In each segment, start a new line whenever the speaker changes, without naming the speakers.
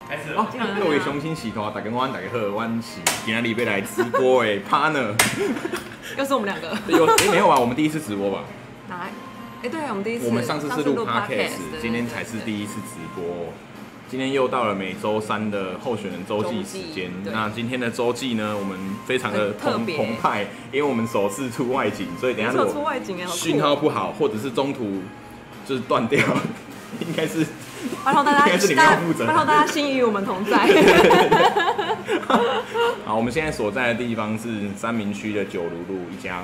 哦，各位雄心喜头，打个弯，打个贺，弯喜，今天礼拜来直播哎，partner，
又是我们两个。
有哎没有啊？我们第一次直播吧？
哪？哎，对，我们第一次。
我们上次是录 podcast，
对
今天才是
对
第一次直播。今天又到了每周三的候选人周记时间
周。记对
那今天的周记呢，我们非常的
很特
澎
别
澎湃，因为我们首次出外景，所以等一下
没
如
错，出
果
外景哎，好酷哦
讯号不好，或者是中途就是断掉， 应该是
拜托大家，
应 该是你们要负责
拜托大家心与我们 同在。
好，我们现在所在的地方是三明区的九如路一家，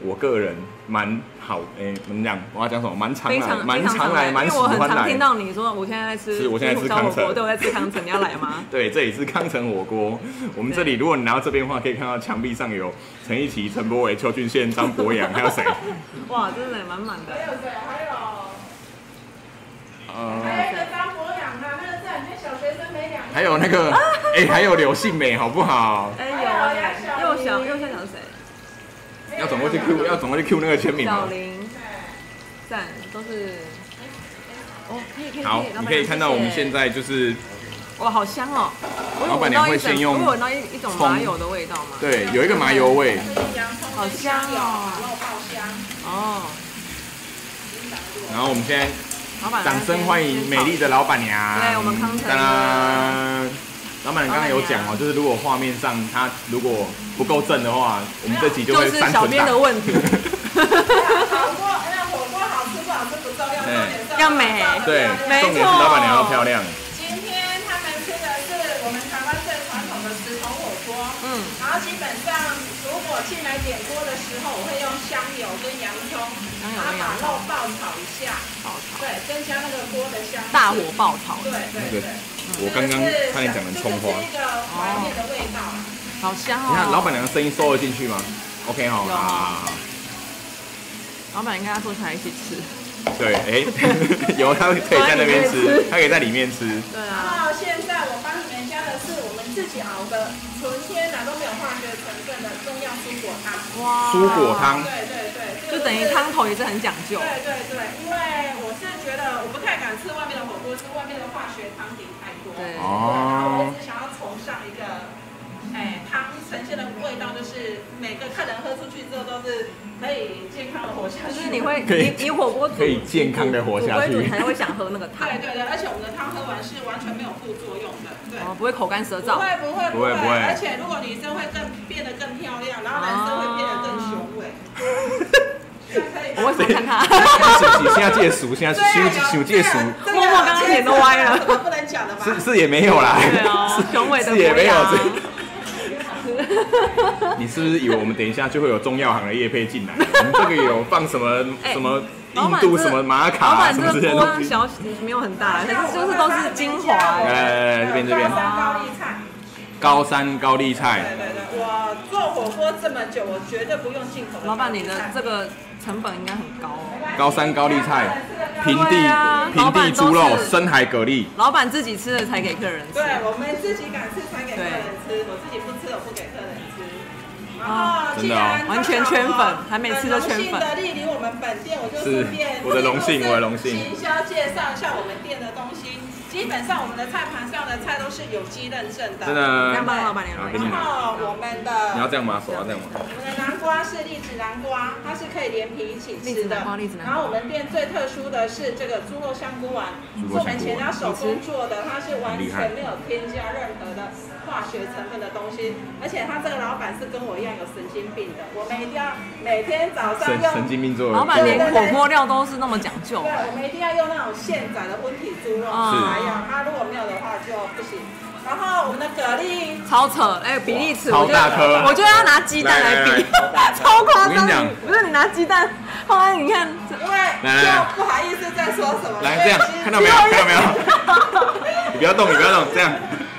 我个人蛮好，哎、怎么讲？我要讲什么？蛮常
非
来，
常
蛮
非常
常来，
因
蛮
为
喜
我很
欢
常听
来。
到你说我现在在吃，
是我现在吃
小火
康城
锅，对，我在吃康城，你要来 吗？
对，这里是康城火锅。我们这里，如果你来到这边的话，可以看到墙壁上有陈奕奇、陈柏伟、邱俊宪、张博洋，还有 谁？
哇，真的满满的。
呃，
还有一个张博洋啊，那个在里面小学生没两个，
还有那个， 哎、还有刘信美，好不好？
哎，有啊，又想又想想谁？
要转过去 Q，要转过去 Q 那个签名啊
小
了。
林，赞，都是。哦，可以可以
好
可以，老
你
板，娘
可以看到我们
谢谢
现在就是
哇，好香哦！我有
老板
闻
娘
到
会
一整
先用
我有闻到一一种麻油的味道吗？，
对，有一个麻油味。
好香哦！
爆香，
哦，
然后我们现在
老板，
掌声欢迎美丽。的老板娘。
对我们康城的
当然，老板娘刚刚有讲哦，就是如果画面上它如果不够正的话，我们这集
就
会
是
删
小
存
编的
档。
问题，
火锅，哎呀，火锅好吃不好吃不重要，重点是
要美
对，
没错
重点是老板娘要漂亮。
今天他们吃的是我们台湾最传统的石头火锅，
嗯，
然后基本上如果进来点锅的时候，我会用香油跟洋葱，
香油
然后
跟洋
把
葱
肉爆炒一下，
爆炒，
对，增加那个锅的香气
大火，爆炒，
对对对。
我刚刚差点讲成葱花。
这个怀念的味道啊。
好香哦！
你看老板娘的声音收得进去吗？OK 哦啊哈，好
有
好好好
老板跟他坐下来一起吃，
对，哎， 有她可以在那边吃
她在里面吃，
她可以在里面吃。
对
然
啊，
后现在我帮你们加的是我们自己熬的纯天然都没有化学成分的中药蔬果汤。
哇
蔬果汤
对对对，这
就
个
等于
是
汤。头也是很讲究
对，对对，因为我是觉得我不太敢吃外面的火锅，吃外面的化学汤底太多。
对
然
哦
后我一直想要崇尚一个，哎，汤呈现的味道就是每个客人喝出去之后都是可以健康的活下
可
去。
是你会
可以
你你火锅煮
可以健康地活下去
煮归煮你才会想喝那个汤，
对对对，而且我们的汤喝完是完全没有副作用的。对。
哦，不会口干舌
不
燥，
会不会
不会不会
而且如果女生会更变得更漂亮，然后男生会变得更雄伟。
哦我为什么 看啊他？
你现在戒熟，现在休
啊
休戒熟，
默默刚刚脸都歪了
不能讲了吧？
是是也没有啦。
对啊，雄伟的
是也 没有
模样
这 你是不是以为我们等一下就会有中药行的业配进来？ 我们这个有放什么
哎
什么
老
印
板
度
这
什么玛卡
老
啊
板
什么之
这
类
个
的
波浪
东西？
小没有很大，可
啊
是就是都是精华
来
欸。
来哎来，这边这边
高，山高丽菜，
高山高丽
对
菜，
对对，我做火锅这么久，我绝对不用进口的高丽菜。
老板，你的这个成本应该很高哦。
高山高丽菜，平
对
地
啊
平地猪肉
老板都，是
深海蛤蜊，
老板自己吃了才给客人吃
对，我们自己敢吃才给客人吃，我自己不吃我不给客人吃。然
啊
后
真
既然
的哦
完全圈粉还没吃就圈粉
很荣幸的莅临我们本店，我就顺便
是我的荣幸我的荣幸
行销介绍一下我们店的东西，基本上我们的菜盘上的菜都是有机认证的。
真
这样
的。
帮老板娘
好啊
买
给你拿
然后我们
你要
的
这样吗？手要这样吗？
我们的南瓜是栗子南瓜，它是可以连皮一起
栗子
吃的
南瓜栗子。南瓜
然后我们店最特殊的是这个猪肉香菇丸，
猪肉
是我
香
们
菇
全
丸
家手工做的，它是完
很厉害
全没有添加任何的化学成分的东西。而且他这个老板是跟我一样有神经病的，我们一定要每天早上
神
用
神经病做的。
老板连火锅料都是那么讲究
对，，我们一定要用那种现宰的温体猪肉
是
来养它，如果没有的话就不行。然后我们的蛤蜊
超扯！哎，比例尺，
哇
我觉得
超大颗
我觉得要拿鸡蛋来比
来来来，
超
我
夸
跟
张
你讲！
不是你拿鸡蛋，后来你看，这
因为就不好意思再说什么，
来
因为
这样
其实，
看到没有？看到没有？ 你不要动，你不要动，这样。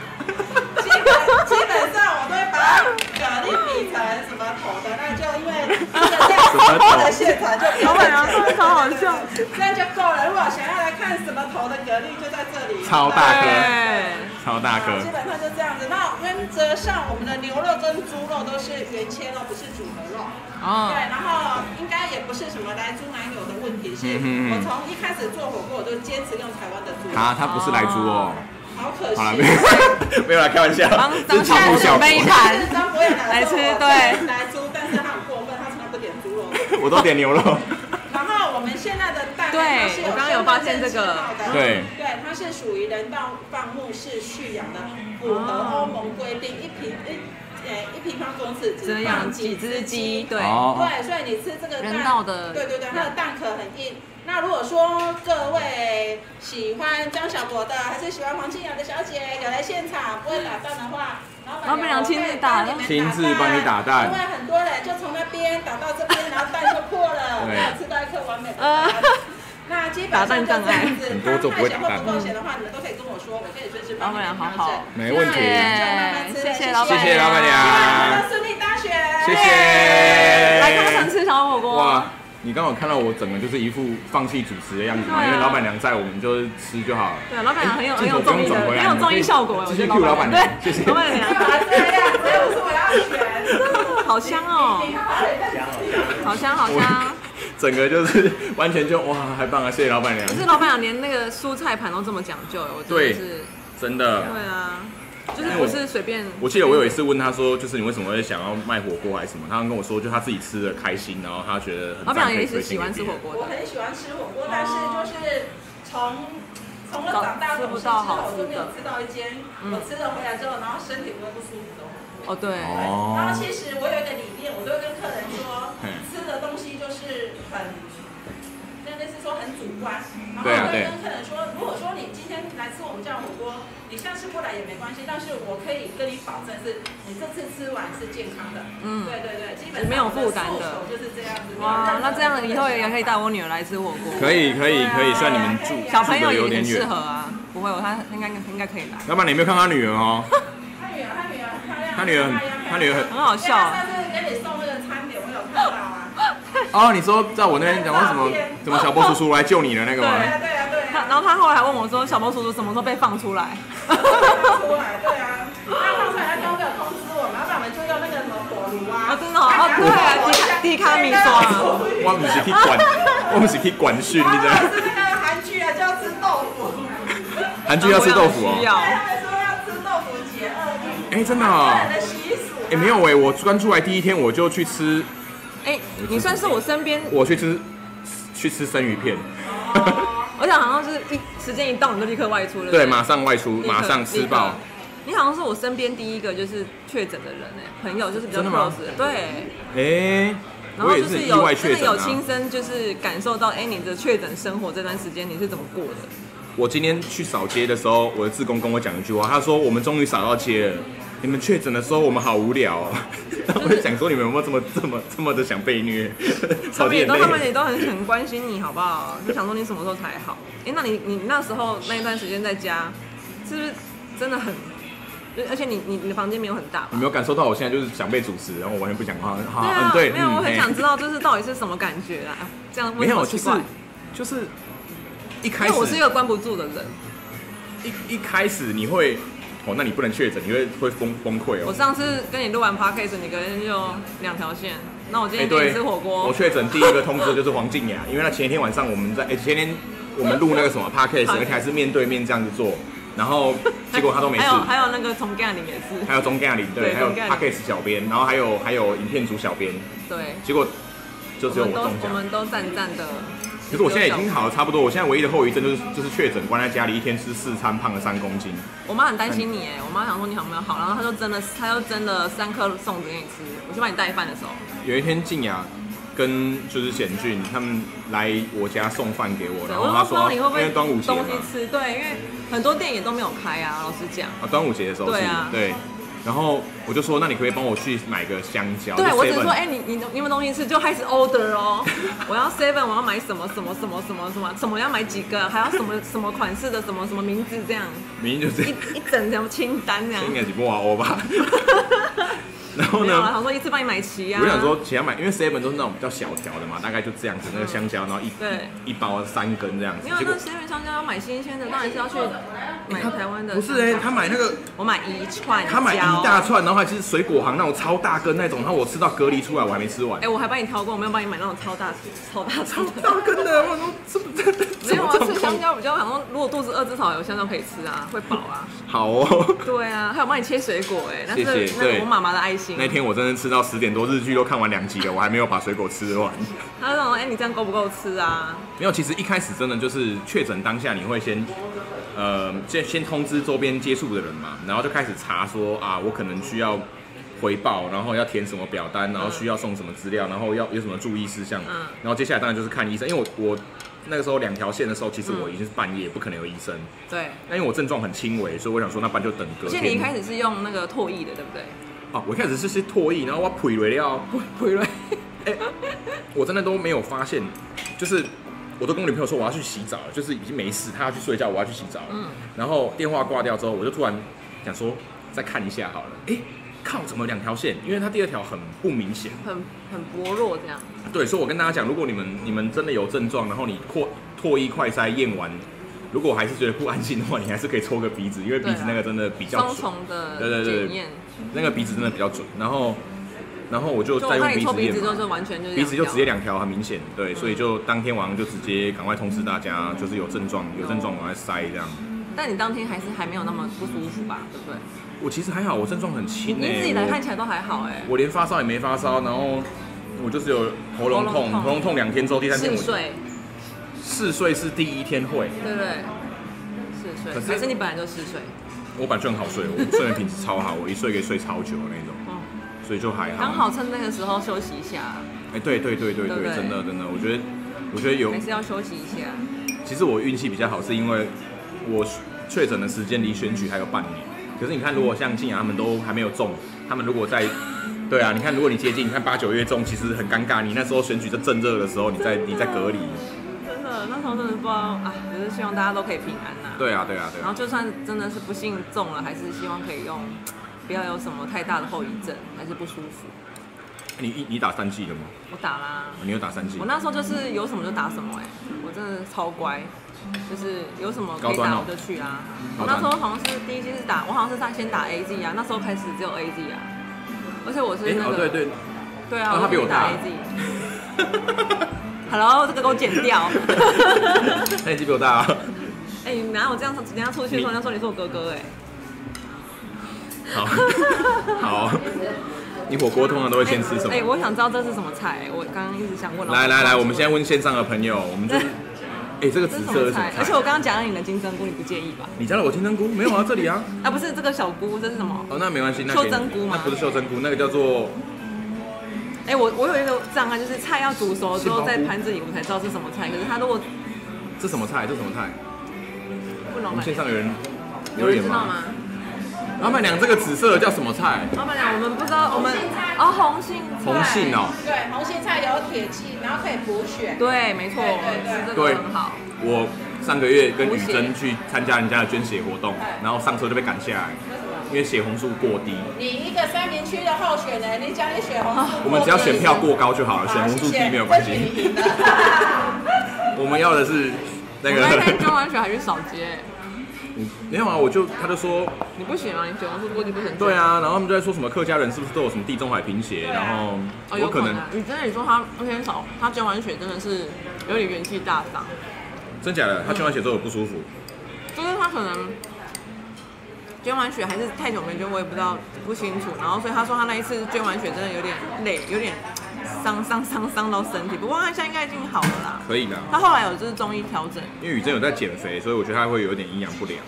基本基本上我都会把蛤蜊比成什么头的，那就因为这个在火锅的现场就
老
不
板
会
娘真的超好笑，
这样就够了。如果想要来看什么头的蛤蜊，就在这里。
超大颗
对，
超大颗
啊，基本上就这样子。那原则上，我们的牛肉跟猪肉都是原切肉，不是煮的肉。
哦
对，，然后应该也不是什么来猪奶油的问题，是
嗯哼嗯
我从一开始做火锅，我就坚持用台湾的猪肉。
啊，它不是来猪哦，
好可惜。
好了，没有没有啦， 开玩笑
帮，
这
张
是节目
夏
效
准备一
果。
盘
但是张博远拿
来
出
吃
我
对
来猪，但是他很过分，他从来不点猪肉。
我都点牛肉，
然后我们现在的蛋，
对
它是
我刚刚有发现这个
身份证字号的
对
对，它是属于人道放牧式蓄养的，符合欧盟规定，一平一呃一平方公尺
只能养几只鸡，。对，
哦，
对，所以你吃这个蛋，
人道的
对对对，它的蛋壳很硬。那如果说各位喜欢张小博的，还是喜欢黄清雅的小姐，有来现场不会打蛋的话，
老板娘亲自打
我会
亲自帮你打蛋
因为很多人就从那边打到这边，然后蛋就破了，
对
没有吃到一颗完美的
呃
蛋。 那基本上就这样子，
很多都不会打蛋
汤太咸或不够咸的话，你们都可以跟我说，我可以随时帮你们
老板娘
调整
好好
没问题
谢谢
谢谢老板
谢谢老板
希望你
娘
们，顺利大选，
谢谢。
来康城吃小火锅，
哦哇，你刚好看到我整个就是一副放弃主持的样子嘛，
对啊
因为老板娘在，我们就是吃就好了。
对，老板娘很有很
镜
有
头不
综
用
艺的，
转回来，
很有综艺效果，我
继
觉
续
得
Q 老板娘，谢
对
谢，。
老板
干嘛
娘，
这样？只有说我要选。
好香哦，
你看我很香
好香好香，
整个就是 完全就哇，太棒了，啊谢谢老板娘
可，是老板娘连那个蔬菜盘都这么讲究，我真
对
的是，
真的。
对啊，就是不是随便，
我记得我有一次问他说，就是你为什么会想要卖火锅还是什么？他跟我说，就他自己吃的开心，然后他觉得很
老
赞
板娘
可
也
以
是
推
喜
荐给
欢吃
别
火
人。
锅
我
的，
很喜欢吃火锅，但是就是从从我长大
吃
懂
不
事之
到
后，
好
我
吃的
就没有吃到一间我吃了回来之后，然后身体会不舒服的。
哦对，
哦
然后其实我有一个理念，我都会跟客人说
嗯，
吃的东西就是很，那类似说很主观。然后
对啊
我会
对
跟客人说，如果说你今天来吃我们家的火锅，你下次过来也没关系，但是我可以跟你保证是，你这次吃完是健康的。
嗯
对对对，基本上
没有负担的
我诉求就是这样子。
哇，啊那这样以后也可以带我女儿来吃火锅，
可以可以可以，虽然你们住
小朋
住得
友
有点
也很适
远
合，啊，不会，她应该应该可以来，
老板你有没有看他女儿哦？
他女儿，他女儿很漂亮，
他女儿很 他女儿很
很好笑啊
因为他上次给你送那个餐点，我有看到啊。
哦，你说在我那边讲过什么什么小波叔叔来救你的那个
对
吗？
啊，对啊，对
她
啊。
然后她后来还问我说，小波叔叔什么时候被放出来？ 哦
他出来，对啊。那放出来，他都没有通知我们，要不然我们就用那个什么火炉啊。
啊真的哦哦对啊迪卡迪卡米索啊
我不是去管，我不是去管训，你
然
知
后
道吗？
是那个韩剧啊，就要吃豆腐。
韩剧要吃豆腐
需
哦。
要
对，他们说要吃豆腐解饿力。
哎，真的
个
哦。
人的习俗啊。
哎、没有哎、我刚出来第一天我就去吃，
哎，你算是我身边，
我去吃去吃生鱼片，
我想好像是一时间一到你就立刻外出了，
对，马上外出，
立刻
马上吃
立
爆
刻。你好像是我身边第一个就是确诊的人哎、朋友就是比较
真的吗
close 的，对。
哎、
然
我
后
也
就是是
意
有
外
真
确
的
诊
有
啊
亲。身就是感受到，哎、你的确诊生活这段时间你是怎么过的？
我今天去扫街的时候，我的志工跟我讲一句话，他说：“我们终于扫到街了。”你们确诊的时候，我们好无聊、哦。 那我就想说，你们有没有这么这么这么的想被虐？
他
扫
们
街
也
很
都他们
累。
也都很很关心你好不好？ 就想说你什么时候才好？哎、那你你那时候那一段时间在家，是不是真的很？而且你你你的房间没有很大吧
你？没有感受到我现在就是想被主持，然后我完全不讲话。好，
对啊，
嗯，对，
没有，
嗯
我很
哎
想知道就是到底是什么感觉啊？哎这样
没
问
有，
好
就
奇
是
怪，
就是一
因
开
为
始
我是一个关不住的人。
一一开始你会，哦，那你不能确诊，你会会崩崩溃
我
哦。
上次跟你录完 podcast，你隔天就两条线。那我今天跟你
哎对，
吃火锅
我，确诊第一个通知的就是黄静雅，因为她前一天晚上我们在，哎、前天我们录那个什么 podcast，而且还是面对面这样子做，然后结果她都没事
还。有还有那个从干里也是，
还有钟嘉玲，对，
对
还有
钟嘉玲
podcast 小编，然后还有还有影片组小编，
对，
结果就只有
我
我
们都
中
我
奖。
们都赞赞的。
可是我现在已经好了差不多，我现在唯一的后遗症就是就是确诊，关在家里一天吃四餐，胖了三公斤。
我妈很担心你哎，我妈想说你好没有好，然后她就真的她就蒸了三颗粽子给你吃，我去帮你带饭的时候，
有一天静雅跟就是贤俊他们来我家送饭给我，
对，
然
我
后他
就
说
说你会不
因为
会
端午节
东
嘛
西，吃？对，因为很多店也都没有开啊，老实讲。
啊端午节的时候是
对啊
对，然后我就说那你可不可以帮我去买个香蕉，
对，
就
我只
7-Eleven
是说，哎、你你你有没有东西吃？就开始 order 哦。我要 seven，我要买什么什么什么什么什么什么，要买几个，还要什么什么款式的什么什么名字这样，
明明就是
一一整条清单这样。
应该是不娃欧吧， 然后
没有了，
呢？
想说一次帮你买齐啊。
我想，说，其他买，因为 seven 都是那种比较小条的嘛，大概就这样子，那个香蕉，然后一
嗯对
一一包三根这样子
没有，啊
结
那
果
seven 香蕉要买新鲜的，当然是要去买
他
台湾的
不是哎、他买那个，
我买一串，
他买一大。串，然后还是水果行那种超大根那种，然后我吃到隔离出来，我还没吃完。
哎，我还帮你挑过，我没有帮你买那种超大 超大
超
串的。
大根的，我说这不这这
没
怎
有
么
啊，
这
吃
么
香
空？
蕉比较好像，如果肚子饿，至少有香蕉可以吃啊，会饱啊。
好哦，
对啊，还有帮你切水果哎、那是
谢谢
那是
对
我妈妈的爱心。
那天我真的吃到十点多，日剧都看完两集了，我还没有把水果吃完。
她就说：“哎、你这样够不够吃啊？
没有，其实一开始真的就是确诊当下，你会先，呃，先先通知周边接触的人嘛，然后就开始查说啊，我可能需要回报，然后要填什么表单，然后需要送什么资料，然后要有什么注意事项，
嗯
然后接下来当然就是看医生，因为我我那个时候两条线的时候，其实我已经是半夜，不可能有医生，
对。
但因为我症状很轻微，所以我想说那不然就等隔
而
天。
且你一开始是用那个唾液的，对不对？
哦，我一开始是是唾液，然后我腿了料，
回来，
我真的都没有发现，就是我都跟我女朋友说我要去洗澡了，就是已经没事，她要去睡觉，我要去洗澡了。
嗯
然后电话挂掉之后，我就突然想说再看一下好了。诶，靠，怎么两条线？因为它第二条很不明显。
很很薄弱这样。
对，所以我跟大家讲，如果你们你们真的有症状，然后你唾唾液快筛验完，如果还是觉得不安心的话，你还是可以抽个鼻子，因为鼻子那个真的比较
啊双
准，
重的
对对对
检验，
那个鼻子真的比较准。然后然后我就
就
再
我
用
看你
鼻
抽
子
鼻
验
子
嘛
就。就完全就是
鼻子就直接
两
两条，很明显，对，所以就当天晚上就直接赶快通知大家，就是有症状，有症状赶快塞这样。
条。但你当天还是还没有那么不舒服吧，对不对？
我其实还好，我症状很轻
你
诶、
自己来
我
看起来都还好哎、
我连发烧也没发烧，然后我就是有喉咙
喉咙
痛，
痛
喉咙痛两天之后，第三天
嗜
我
睡，
嗜睡是第一天会，
对不对？嗜睡，
可是
还是你本来就嗜睡？
我本来就很好睡， 我睡眠品质超好，我一睡可以睡超久的那种，
哦，
所以就还好。
刚好趁那个时候休息一下，
哎、对对对对
对不
对，
对
真的真的，我觉得我觉得有
还是要休息一下。
其实我运气比较好，是因为我确诊的时间离选举还有半年。可是你看，如果像静雅他们都还没有中，他们如果在，对啊，你看如果你接近，你看八九月中，其实很尴尬。你那时候选举在正热的时候，你在
啊
你在隔离。
真的，那时候真的不知道啊，只是希望大家都可以平安呐、
对啊，对啊，对
然后
啊。
就算真的是不幸中了，还是希望可以用，不要有什么太大的后遗症，还是不舒服。
你你你打三剂了吗？
我打啦，
你有打三剂
我？那时候就是有什么就打什么、哎，我真的超乖，就是有什么可以
高端
打
哦
我就去啊。我
高
那
端
时候好像是第一季是打，我好像是在先打 A Z 啊，那时候开始只有 A Z 啊，而且我是
哎、
那个、
哦对对，
对啊，
哦他比我大
打 A Z。Hello，这个给我剪掉。
那你级比我大、啊。
哎、你拿我这样子，等一下出去的时候，人家说你是我哥哥哎、
好，好。你火锅通常都会先吃什么
哎、？我想知道这是什么菜，我刚刚一直想问。
来来来，我们现在问线上的朋友，我们就是，哎、这个
这
紫
是什
色
么
是什
菜
么？
而且
菜
我？刚刚讲了你的金针菇，你不介意吧？
你加了我金针菇？没有啊，这 里啊。
啊，不是这个小菇，这是什么？
哦，那没关系，那给你
袖珍菇吗
那不是袖珍菇，那个叫做
哎、我我有一个障碍，就是菜要煮熟之后在盘子里，我才知道是什么菜。可是它如果
这什么菜？这什么菜？
不
我
能
们线
买，
上有人
有
留
人
言
知道吗
吗？？老板娘，这个紫色的叫什么菜？
老板娘，我们不知道，我们哦红杏菜
红杏哦。
对，红心菜有铁剂，然后可以补血。
对，没错，
对对
吃
对
这个
对
很好。
我上个月跟
补
雨
血
珍去参加人家的捐血活动
哎，
然后上车就被赶下来，因为血红素过低。
你一个三明区的候选人，你讲你血红素，
我们只要选票过高就好了，
好，
选红素低
谢谢
没有关
恭喜你
系。
赢了
我们要的是那
我那天
个，
捐完血还去扫街，
嗯 没有啊，我就他就说，
你不行啊，你血红素过低不能捐。
对，啊，然后他们就在说什么客家人是不是都有什么地中海贫血，
对啊
然后
哦，
我
有
可
可能
能。
你真的你说他那天扫，他捐完血真的是有点元气大伤。
真假的，他捐完血之后有不舒服，
就是他可能捐完血还是太久没捐，我也不知道不清楚。然后所以他说他那一次捐完血真的有点累，有点伤伤伤伤到身体。不过他现在应该已经好了啦。
可以的。
他后来有就是中医调整，
因为雨珍有在减肥，所以我觉得她会有一点营养不良，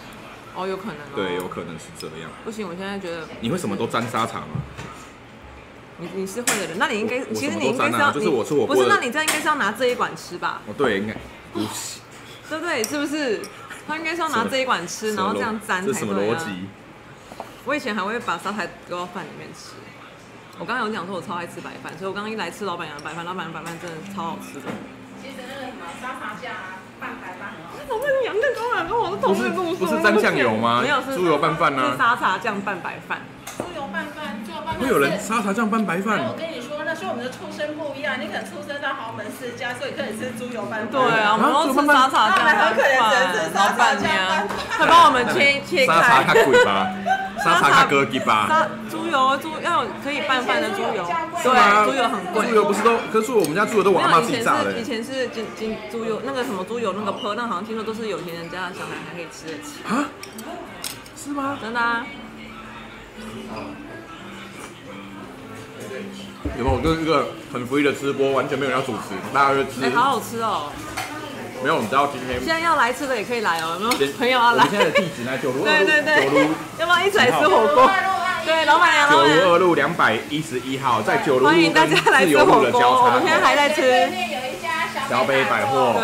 哦，有可能、哦。
对，有可能是这样。
不行，我现在觉得
你会什么都沾沙茶吗？
你你是会的人，那你应该
我我
其
什
实
么
你
都沾
应该是
啊
要
就是
你
我吃火锅
不是，
的
那你这样应该是要拿这一管吃吧，
哦，对，应 该不是。
对不对？是不是？他应该是要
什
拿
么
这一管吃，然后这样沾
这
才
什么
对
逻
啊。
辑？
我以前还会把沙茶丢到饭里面吃。我刚刚有讲说我超爱吃白饭，所以我刚刚一来吃老板娘的白饭，老板娘的白饭真的超好吃的。
其实那个什么沙茶酱啊，拌白饭很好
哎
吃。
老板娘那老板啊跟我的
同事跟我说不是不是沾酱油吗
没有，是
猪油拌饭啊
是沙茶酱拌白饭。
猪油拌饭，猪油拌饭
会有人沙茶酱拌白
哎，我
饭？
跟你说，那说我们的出身不一样，你可能出生到豪门世家，所以可以吃猪油拌饭。
对啊，我们都吃沙茶酱拌饭，老板娘，她帮我们切切
沙茶
开
卡。贵吧， 沙茶卡哥吉吧。
沙猪油猪要有可以拌饭的猪油，
是吗
对，啊猪油很
啊
贵。
猪油不是都，可是我们家猪油都我阿妈
那以
自己
前
炸的
是以。前是金金猪油那个什么猪油那个坡，那好像听说都是有钱人家的小孩还可以吃得起，
啊？是吗？
真的啊。
有没有？就是一个很福利的吃播，完全没有人要主持，大家就吃
哎、。好好吃哦！
没有，你知道今天
现在要来吃的也可以来哦，有没
今
有 朋友要
我
来
们？现在的地址呢？九如二
对
路，
对对
九如，
要不要一起来吃火锅？对，老板啊娘，老
九
板
如
娘，
二路两百一十一号，在九如路
欢迎大
跟
家来
自
吃
由
火
路的
锅。
交
我们现在
叉。
还在吃，
有一家
小北百货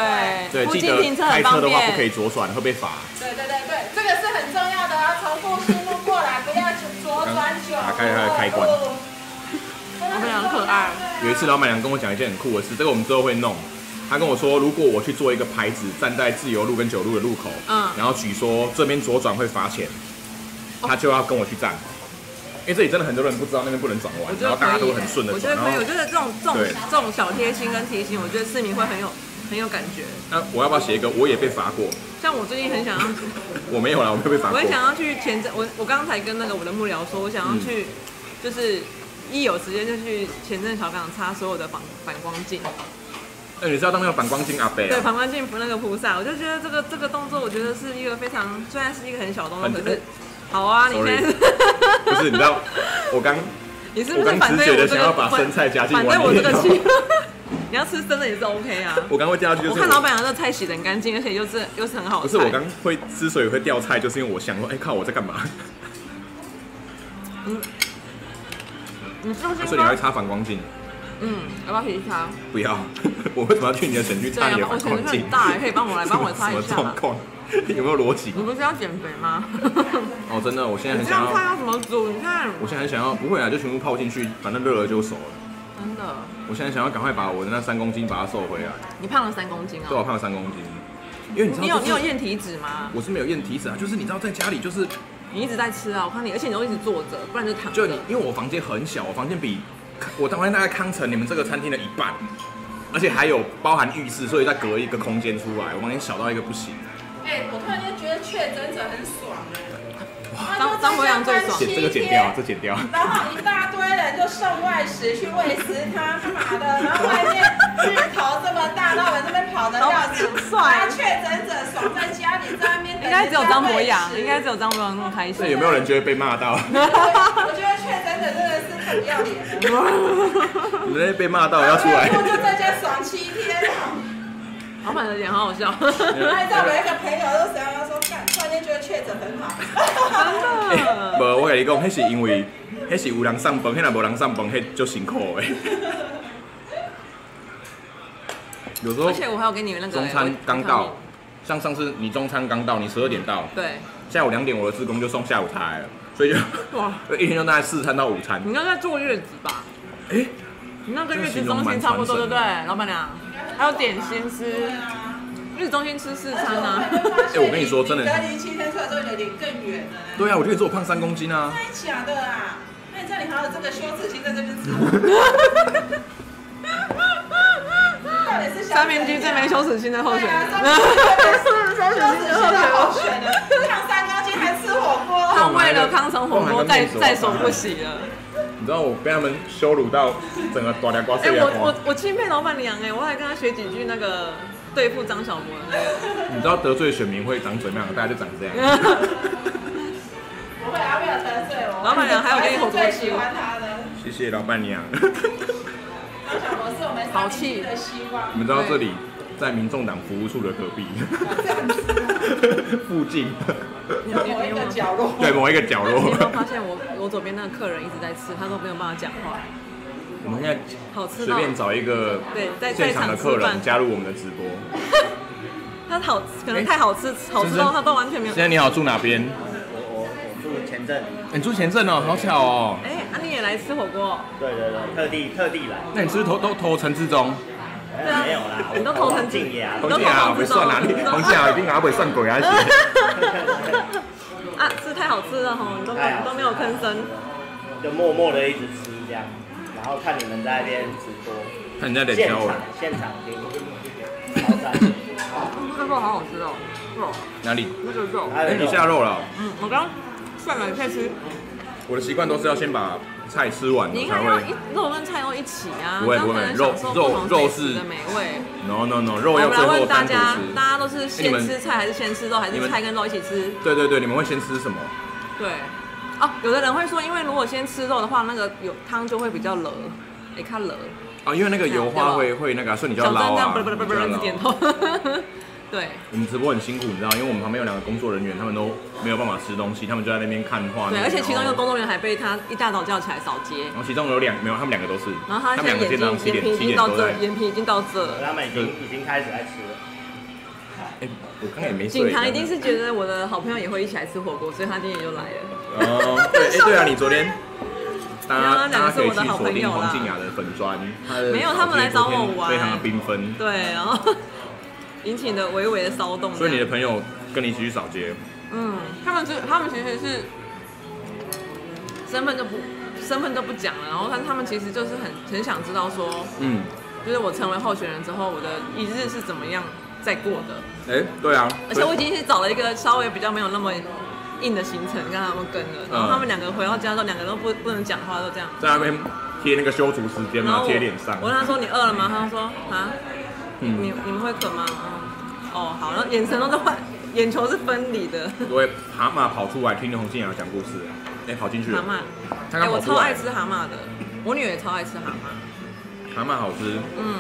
对，
对，附
记
近
得
停车
开
很
车
方
的话不可
便。
以左转，会被罚。
对对对对，这个是很重要的啊！从复兴路过来，不要左转九。
打开它的开关
我
们俩很可爱。
有一次，老板娘跟我讲一件很酷的事，这个我们之后会弄。她跟我说，如果我去做一个牌子，站在自由路跟九路的路口，
嗯哦
然后举说这边左转会罚钱，她就要跟我去站，因为这里真的很多人不知道那边不能转弯
我，觉
然
得
后
可
大家
以
都，很顺的
我觉
转，
得
然
可以，
后
我觉得这种这种
对
这种小贴心跟提醒，我觉得市民会很有很有感觉。
那我要不要写一个我也被罚过？
像我最近很想要，
我没有啦，我没有被罚过
我也。想要去前阵，我我刚才跟那个我的幕僚说，我
嗯
想要去，就是一有时间就去前镇小港擦所有的反反光镜。
啊那你是要当那个反光镜阿伯
对，
啊？
旁观镜扶那个菩萨，我就觉得这个这个动作，我觉得是一个非常，虽然是一个很小动作，
很
可是好啊，你现
哎 Sorry
在 是
不是，你知道我刚
你是
我
不是
刚
反
直
对
觉
我
的
这
想要
个
把生菜加进
反
碗
对
里，
我这
面，
个气？ 你要吃生的也是 OK 啊。
我刚会掉下去就
我
是
看老板娘这菜洗的很干净，而且又是又是很好
不
的
是
菜。
我刚会之所以会掉菜，就是因为我想说，哎、靠，我在干嘛？
你放
所
心
以你还
吗
会？擦反光镜？
嗯，要不要洗洗它？
不要， 我为什么要去你的省去
对
擦
啊
你的，
我
反
前
光
面
镜
很？大，可以帮我来帮我擦
什
一
么
下
状
吗。
况？ 有没有逻辑
你？不是要减肥 吗？
哦，真的，我现在很
这
想
样菜
要，
要怎么煮？你看，
我现在很想要，不会啊，就全部泡进去，反正热了就熟了。
真的，
我现在想要赶快把我的那三公斤把它瘦回来，
你胖了三公斤
对
啊！
我胖了三公斤，因为你知道、就是，
你有你有验体脂吗？
我是没有验体脂啊，就是你知道在家里就是
你一直在吃啊，我看你，而且你都一直坐着，不然就躺着。
就你，因为我房间很小，我房间比我房间大概康城你们这个餐厅的一半，而且还有包含浴室，所以再隔一个空间出来，我房间小到一个不行。
哎，我突然间觉得确诊者很爽哎。
张张博洋最爽
剪这个剪掉，这剪掉。
然后一大堆人就送外食去喂食他，他妈的！然后外面日头这么大，那我们这边跑的要死，然后确诊者爽在家里在那边等人家喂食，
应该只有张博 洋，应该只有张博洋那么开
那
心。
有没有人觉得被骂到？
我觉得确诊者真的是很不要脸的。
你那被骂到要出来
我。 就在家爽七天了。
老板的脸好 好笑，
然后你知道我有一个朋友都想要说，干，突然间觉得确诊很好。
真的。
无，我跟你讲，那是因为那是有人上班，那若无人上班，那就辛苦的。有时候
而且我还有给你们那个
中餐刚到，，像上次你中餐刚到，你十二点到，
对，
下午两点我的志工就送下午茶来了，所以就
哇，
就一天就大概四餐到五餐。
你那在坐月子吧？
哎、
你那跟月子中心差不多，对不对，老板娘？还有点心吃，月子中心吃四餐 啊。
哎我跟你说真的
隔离七天出来之后有点更远了。
对啊，我就跟你说我胖三公斤啊。
太假的啊！那你知道你还有这个羞耻心在这边吃？到底是想
三明居最没羞耻心的候选人
对啊三明治最没羞耻心的候选人，胖三公斤还吃火锅，
他为了康城火锅再再手不惜了。
你知道我被他们羞辱到整个大牙瓜
哎、
碎牙
我
瓜
我。我钦佩老板娘哎、我还跟她学几句那个对付张小博的那个。
你知道得罪选民会长怎么样？大家就长这样。
不会啊，为了得罪我。
老板娘还有给你火锅
我是最
吃
喜欢他的。
谢谢老板娘。
张小博是我们三明治的希望
你。们知道这里在民众党服务处的隔壁， 附近，
你有你有
某
你
一
有
个角落，
对某一个角
你有没有
落。
发现我我左边那个客人一直在吃，他都没有办法讲话，
我们现在
好吃
随
到
便找一个
对在
现
在
场的
场
客
吃
人
饭，
加入我们的直播。
他好可能太好吃，好吃
哎先
到
生
他都完全没有
现。在你好，住哪边？
我我住前镇，
哎你住前镇哦，好巧哦。
哎、啊你也来吃火 锅？
对对对，特地特地来，
那你是不是投都投陈志忠？
啊
没有啦，
你
我
都投成
敬业啊
你，都
洪姐啊，不算哪里，洪姐啊，一定阿北算鬼啊！
啊，
哎
吃太好吃了吼，你都没有你都没有吭声。
就默默的一直吃这样，然然后看你们在那边直播，
看人家脸
现
挑
场
了，
现场给你挑战，
嗯这个肉好好吃哦，肉，
哪里？
这个肉，
哎、你下肉了哦、
嗯，我刚刚涮了，你可以吃，
我的习惯都是要先把菜吃完
你应该
才
要
会。
一肉跟菜都一起啊，
不会
这样
不会
才能
肉
享受
肉
不同美
肉
食
是
的美味。
No no no，肉
我
要
们
最
来
后
问大
单独
家，
吃。
大家都是
哎你
先
们
吃菜还是先吃肉，还
你
是
们
菜跟肉一起吃？
对对对，你们会先吃什么？
对，哦，有的人会说，因为如果先吃肉的话，那个有汤就会比较冷，哎，看冷，
啊，因为那个油花会会那个啊、所以你就要捞
这
啊
样，。不不不不
你
不，
就要
点
捞
头。 对，
我们直播很辛苦，你知道，因为我们旁边有两个工作人员，他们都没有办法吃东西，他们就在那边看画面。
对，而且其中一
然
个
后
工作人员还被他一大早叫起来扫街，
然后其中有两没有，他们两个都是，
然后
他
他
们
现
两个
在眼
经常
睛
七点
眼
七
皮已
点
经到
都
这
在，。
眼皮已经到这，
他们已经已经开始在吃了，
哎，我刚才也没睡。
警察一定是觉得我的好朋友也会一起来吃火锅，所以他今天也就来了。
哦，对，哎，对啊，你昨 天。大
没有啊
家大
两
家可
个是
以
我的
去
好
锁
朋
定
友
黄
啦
静雅的粉砖，她的
没有他们来找我玩
非常的缤纷，
对，然后 引起了微微的骚动。
所以你的朋友跟你一起去扫街，
嗯，他们是他们其实是身份就不身份都不讲了，然后但是他们其实就是很很想知道说，
嗯，
就是我成为候选人之后，我的一日是怎么样在过的。
哎、对啊，
而且我已经是找了一个稍微比较没有那么硬的行程跟他们跟了，
嗯
然后他们两个回到家之后，两个都不不能讲话，都这样。
在那边贴那个修图时间
然后
嘛，
我
贴脸上
我，问他说你饿了吗？他说啊，
嗯，
你你们会渴吗？嗯哦，好，然后眼神都在换， 眼球是分离的。
各位蛤蟆跑出来听洪静雅讲故事，哎、跑进去
蛤
了，
蟆，
他
哎、
刚
我
跑出
超
来
爱，吃蛤蟆的，我女儿也超爱吃蛤蟆。
蛤蟆好吃，
嗯，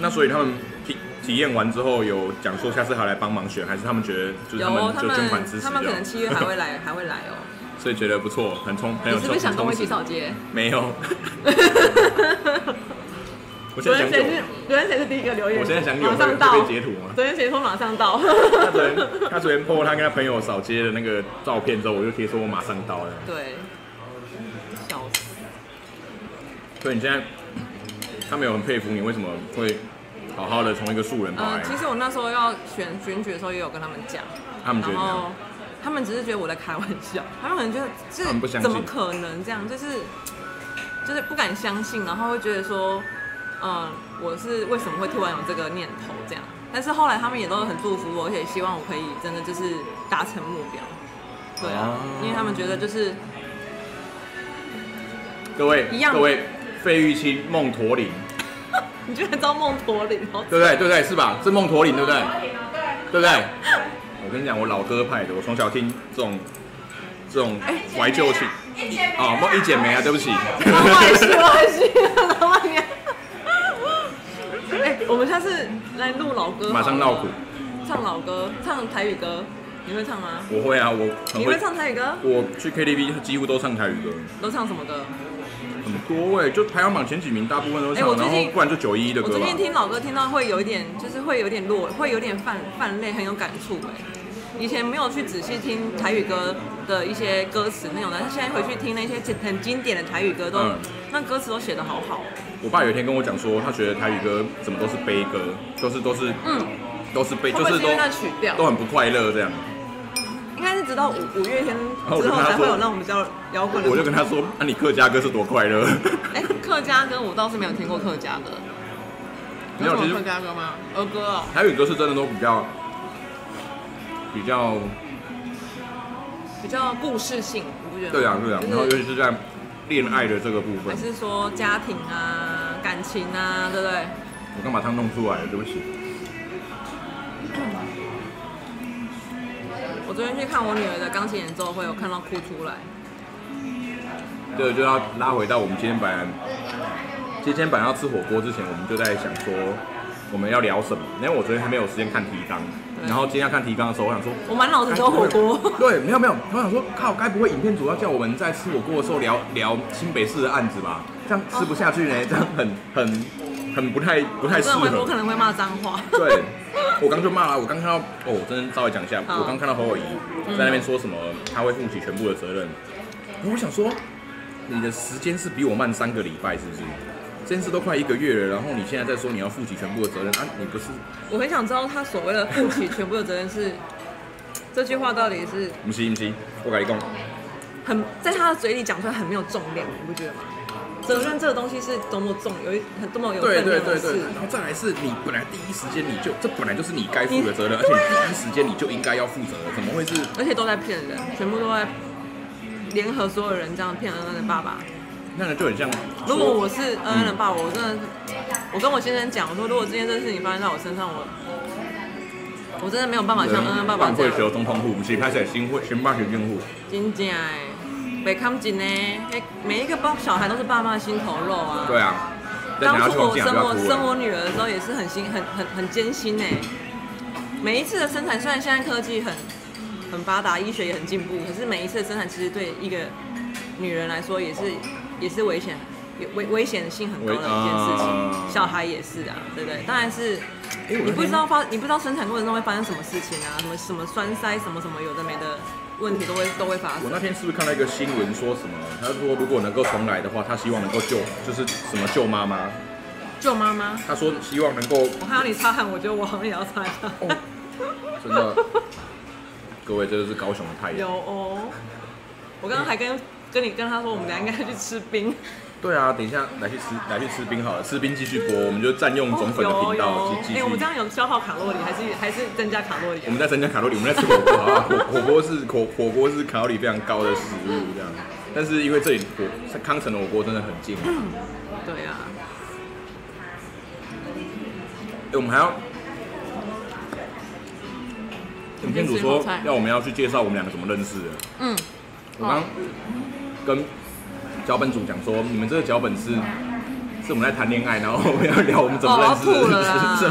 那所以他们体体验完之后有讲说下次还来帮忙选，还是他们觉得就是
有哦
他们
他
就捐款
们
支持
他们可
掉
能七月还 会，来，还会来哦。
所以觉得不错，很充，很有
你是不是想跟我一起
充
扫街？
实没有， 我现
昨
在
天
想
谁
有
是。昨天谁是第一个留言？
我现在想有
马
会
上
会
到
被。截图吗？
昨天谁说马上到？
他昨天他昨天 po 他跟他朋友扫街的那个照片之后，我就贴说我马上到了。
对，
哦
笑死。
所以你现在，他们有很佩服你，为什么会好好的从一个素人跑
呃
来，？
其实我那时候要选选举的时候，也有跟他们讲，
他们觉得
然
怎样
后他们只是觉得我在开玩笑， 他们可能觉得这
他们不相信
怎么可能这样，就是就是不敢相信，然后会觉得说，嗯，我是为什么会突然有这个念头这样？但是后来他们也都很祝福我，而且希望我可以真的就是达成目标，对啊
哦，
因为他们觉得就是
各位
一样
各位费玉清梦驼铃，
你居然招梦驼铃，然后
对不对？对不对？是吧？是梦驼铃，对不对？
对，
对不对？ 我跟你讲，我老歌派的，我从小听这种这种
哎
怀旧曲。
一剪梅
哦，梦一剪梅啊，对不起。
我也是，我也是，然后你。哎、我们下次来录老歌，
马上闹
闹
鼓，
唱老歌，唱台语歌，你会唱吗？
我会啊，我很
你
会
会。唱台语歌？
我去 KTV 几乎都唱台语歌，
都唱什么歌？
很多哎、就排行榜前几名大部分都
哎
唱，
我最
然
近
后不然就九一一的
我
歌
最
吧
近。听老歌听到会有一点，就是会有点落，会有点泛泛泪，很有感触哎、以前没有去仔细听台语歌的一些歌词内容，但是现在回去听那些很经典的台语歌都，
嗯
那歌词都写得好好哦、
我爸有一天跟我讲说，他觉得台语歌怎么都是悲歌，都是都是
嗯，
都是悲，
会
就
不会
是
是因
都
为那曲调？
都很不快乐这样。
应该是直到五五月天
啊后我
之
就
后
跟他
才会
说
有那种比较摇滚的。
我就跟他说：“啊，你客家歌是多快乐。
哎、客家歌我倒是没有听过客家歌，
没有
什
其实
么客家歌吗？儿歌哦，
台语歌是真的都比较比较
比较故事性，你不觉得吗？
对啊对啊，然后尤
就是
其是在恋爱的这个部分
还，是说家庭啊、感情啊，对不对？
我刚把汤弄出来了，对不起。
我昨天去看我女儿的钢琴演奏会，我看到哭出来。
这个就要拉回到我们今天本来，今天本来要吃火锅之前，我们就在想说我们要聊什么，因为我昨天还没有时间看提纲，然后今天要看提纲的时候，我想说哎
我满脑子都火锅，
对，没有没有，我想说，靠，该不会影片组要叫我们在吃火锅的时候聊聊新北市的案子吧？这样吃不下去呢，这样很很很不太不太
我
适
真的会，我
合
可。能会骂脏话。
对，我刚就骂了，我刚看到，哦，我真的稍微讲一下，
好嗯
我刚看到侯友谊在那边说什么，他会负起全部的责任。然后我想说，你的时间是比我慢三个礼拜，是不是？这件事都快一个月了，然后你现在在说你要负起全部的责任啊？你不是
我很想知道她所谓的负起全部的责任 是，这句话到底是
不是不是，我跟你讲，
很在她的嘴里讲出来很没有重量，你不觉得吗？责任这个东西是多么重，有一很多么有
对
分
对
量
对
的
对
事。，
然后再来是你本来第一时间你就这本来就是你该负的责任，而
你
且
对啊
你第一时间你就应该要负责的，怎么会是？
而且都在骗人，全部都在联合所有人这样骗恩恩的爸爸。
那个就很像说，
如果我是恩恩的爸爸，我真的是，我跟我先生讲，我说如果这件事情发生在我身上，我我真的没有办法像恩恩爸爸
办嗯
这
会
样。
学中通户，起拍起来新会全班学军户，
真正的，北康紧呢，哎每一个包小孩都是爸妈的心头肉啊。
对啊。但
当
等下去
初我
往进来
生
就要
我
哭
生
了。
我女儿的时候也是很辛很很很艰辛呢。每一次的生产，虽然现在科技很很发达，医学也很进步，可是每一次的生产其实对一个女人来说也是也是危险，也危危险性很高的一
危
件事情
啊。
小孩也是啊，对不对？当然是
哎我
你
那
不知
天
道发你不知道生产过程中会发生什么事情啊，什么什么栓塞，什么什么有的没的问题都会都会发
哎我
生。
那天是不是看到一个新闻说什么？他说如果能够重来的话，他希望能够救，就是什么救妈妈。
救妈妈，
他说希望能够
我看到你擦汗，我觉得我好像也要擦一下。
哦啊真的，各位这就是高雄的太
有
阳。
哦，我刚刚还跟跟你跟他说，我们俩应该去吃 冰。
对啊，等一下来去吃来去吃冰好了，吃冰继续播，我们就占用总粉的
哦
频
有
道
哦
继继
哎、
续。
我们这样有消耗卡路里，还是 还是增加卡路里
我
啊？
们在增加卡路里，我们在吃火锅， 好不好？火火锅是火火锅是卡路里非常高的食物，这样。但是因为这里火康城的火锅真的很近，哎、
对啊，
哎我们还要。我们店主说
你先吃泡菜
要我们要去介绍我们两个怎么认识的。
嗯，
我刚跟脚本组讲说，你们这个脚本是是我们在谈恋爱，然后我们要聊我们怎么认识
哦我要吐了
的。
啦
是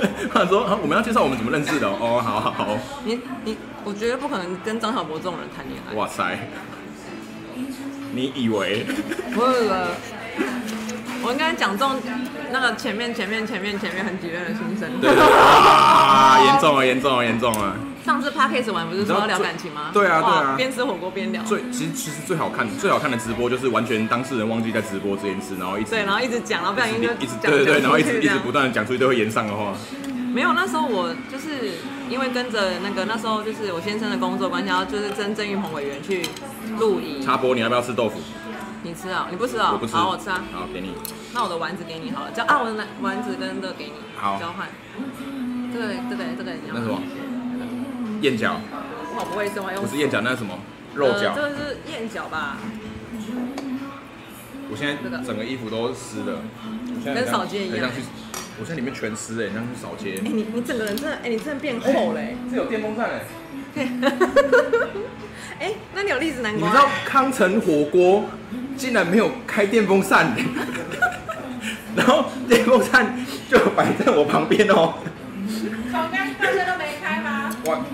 是 他说啊，我们要介绍我们怎么认识的哦。哦，好好好，
你你，我觉得不可能跟张小博这种人谈恋爱。
哇塞，你以为？
不是了，我应该讲中那个前面前面前面前面很几任的心声。
对，啊，严重了，严重了，严重了。
上次 p a c k a g e 玩不是说要聊感情吗？
你知道最对啊
哇
对啊
边吃火锅边聊。
最其实其实最好看最好看的直播就是完全当事人忘记在直播这件事，然后一直
对，然后一直讲，然后不小心就
一直
讲
对对对，
讲出
然后一直
去
一
这
直
样
不断的讲出一堆会延上的话。
没有，那时候我就是因为跟着那个那时候就是我先生的工作关系，然后就是跟郑玉鹏委员去露营。
插播，你要不要吃豆腐？
你吃啊？你不吃啊？
我不吃，
好，我吃啊。
好，给你。
那我的丸子给你好了，交啊，我的奶丸子跟这个给你，
好
交换。这个这个这个你要
那
吗
什么？燕饺
我好不卫生啊，用
不是燕饺，那是什么？肉
呃
饺
这。个是燕饺吧？
我现在整个衣服都湿了，我现在很像
跟扫街一
很
样
像去，我现在里面全湿哎，你像去扫街
哎、。你你整个人真的，哎、你真的变厚欸嘞、
这有电风扇哎。
嘿哎、那你有栗子南
你
瓜？
知道康城火锅竟然没有开电风扇，欸 然后电风扇就摆在我旁边哦。
从刚到现在都没开吗？
我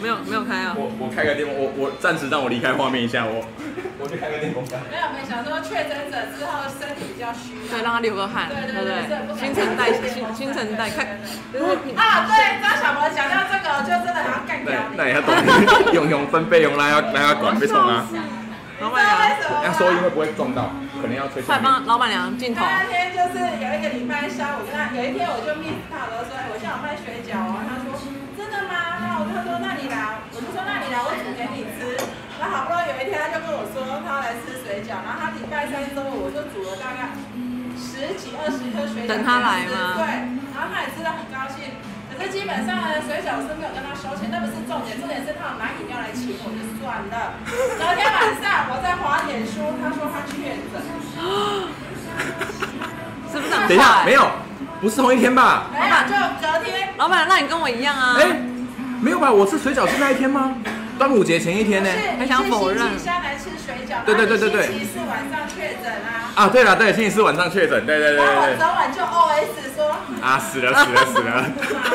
没有没有开啊？
我我开个电风，我我暂时让我离开画面一下，我我去开个电风扇。
没有，我们想说确诊者之后身体比较虚
对，让他流个汗，对
对对
不
对对
对？
不
新陈代谢，新
敢
新陈代谢，嗯看就是你
啊。对，张小博讲到这个，我就真的想要
那
干掉你。
那也要懂，用用分贝用拉 要拉要管被冲啊。
老
知道
板
为
娘，
什么
那
吗？
收音会不会撞到？可能要吹下
快
面。
帮老板娘镜头
他那天就是有一个礼拜三，我跟他有一天我就密他了，说哎，我想卖水饺哦。他说真的吗？那我就说那你来，我就说那你来，我煮给你吃。那好不容易有一天他就跟我说他要来吃水饺，然后他礼拜三中午我就煮了大概十几二十颗水饺。
等他来吗
对，然后他也吃的很高兴。可是基本上呢，水饺是没有跟他收钱，那不是重点，重点是他有拿饮料来请我，就算 了。昨天晚上我在滑脸书，他说他确诊。
是不是很
等一下，
快？
没，有，不是同一天吧？
没有，哎就隔天
老板娘，那你跟我一样啊。
哎、没有吧？我吃水饺是那一天吗？端午节前一天呢、
是
很想否认
星期三来吃水饺，
对对对对对
然后你星期四晚上确诊啊，
啊，对了，对，星期四晚上确诊，对对对
然后
对对。
我早晚就 OS 说，
啊，死了死了死了！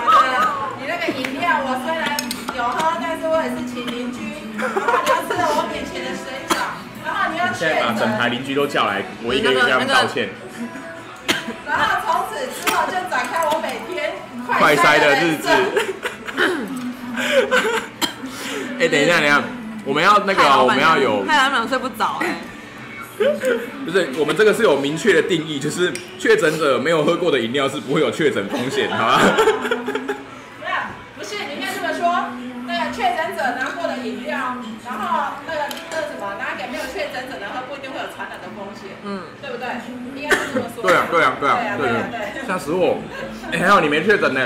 妈的，你那个饮料我虽然有喝，但是我也是请邻居，然后你要吃了我面前的水饺，然后你要确
现在把整排
诊，
邻居都叫来，我一个一个跟他们道歉。
然后从此之后就展开我每天
快
筛
塞的日子
人生。
哎、等一下，等一下，我们要那个
害
哦，
老
我
板
们
娘
要有，
害老板娘睡不着哎、
不是我们这个是有明确的定义，就是确诊者没有喝过的饮料是不会有确诊风险，好吧？
没有，不是，你应该这么说。那个确诊者拿过的饮料，然后那个那个什么拿给没有确诊者，然后不一定会有传染的风险，
嗯，
对不对？应该是这么说。
对啊，对啊，对
对
啊，对
对
啊
啊，对。
吓死我！哎，还好你没确诊呢，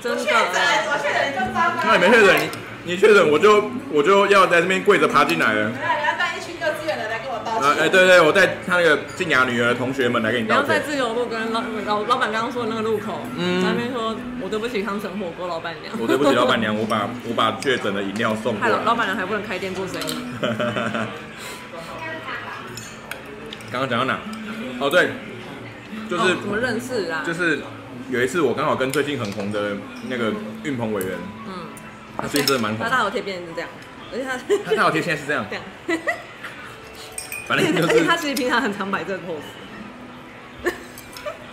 真
确诊，
的。
我确诊就糟糕。
那你没确诊，你你确诊我就我就要在这边跪着爬进来了。
那你要带一群幼稚园的来跟我道
啊，
歉。
哎，对对，我带他那个静雅女儿的同学们来给你
然
道
后在
歉。
自由路跟老老老板刚刚说的那个路口，
嗯
在那边说我对不起康城火锅老板娘，
我对不 起老板，娘，我把我把确诊的饮料送过
害老老
来。
板娘还不能开店做生意。
刚刚讲到哪？哦，对，就是
哦怎么认识啊？
就是有一次我刚好跟最近很红的那个运鹏委员，
嗯，
他最近真的蛮红
他
的，
大头贴变成是这样，而且他
他大头贴现在是这
，
样
这样，
反正就
而且
是
他其实平常很常摆这个 pose。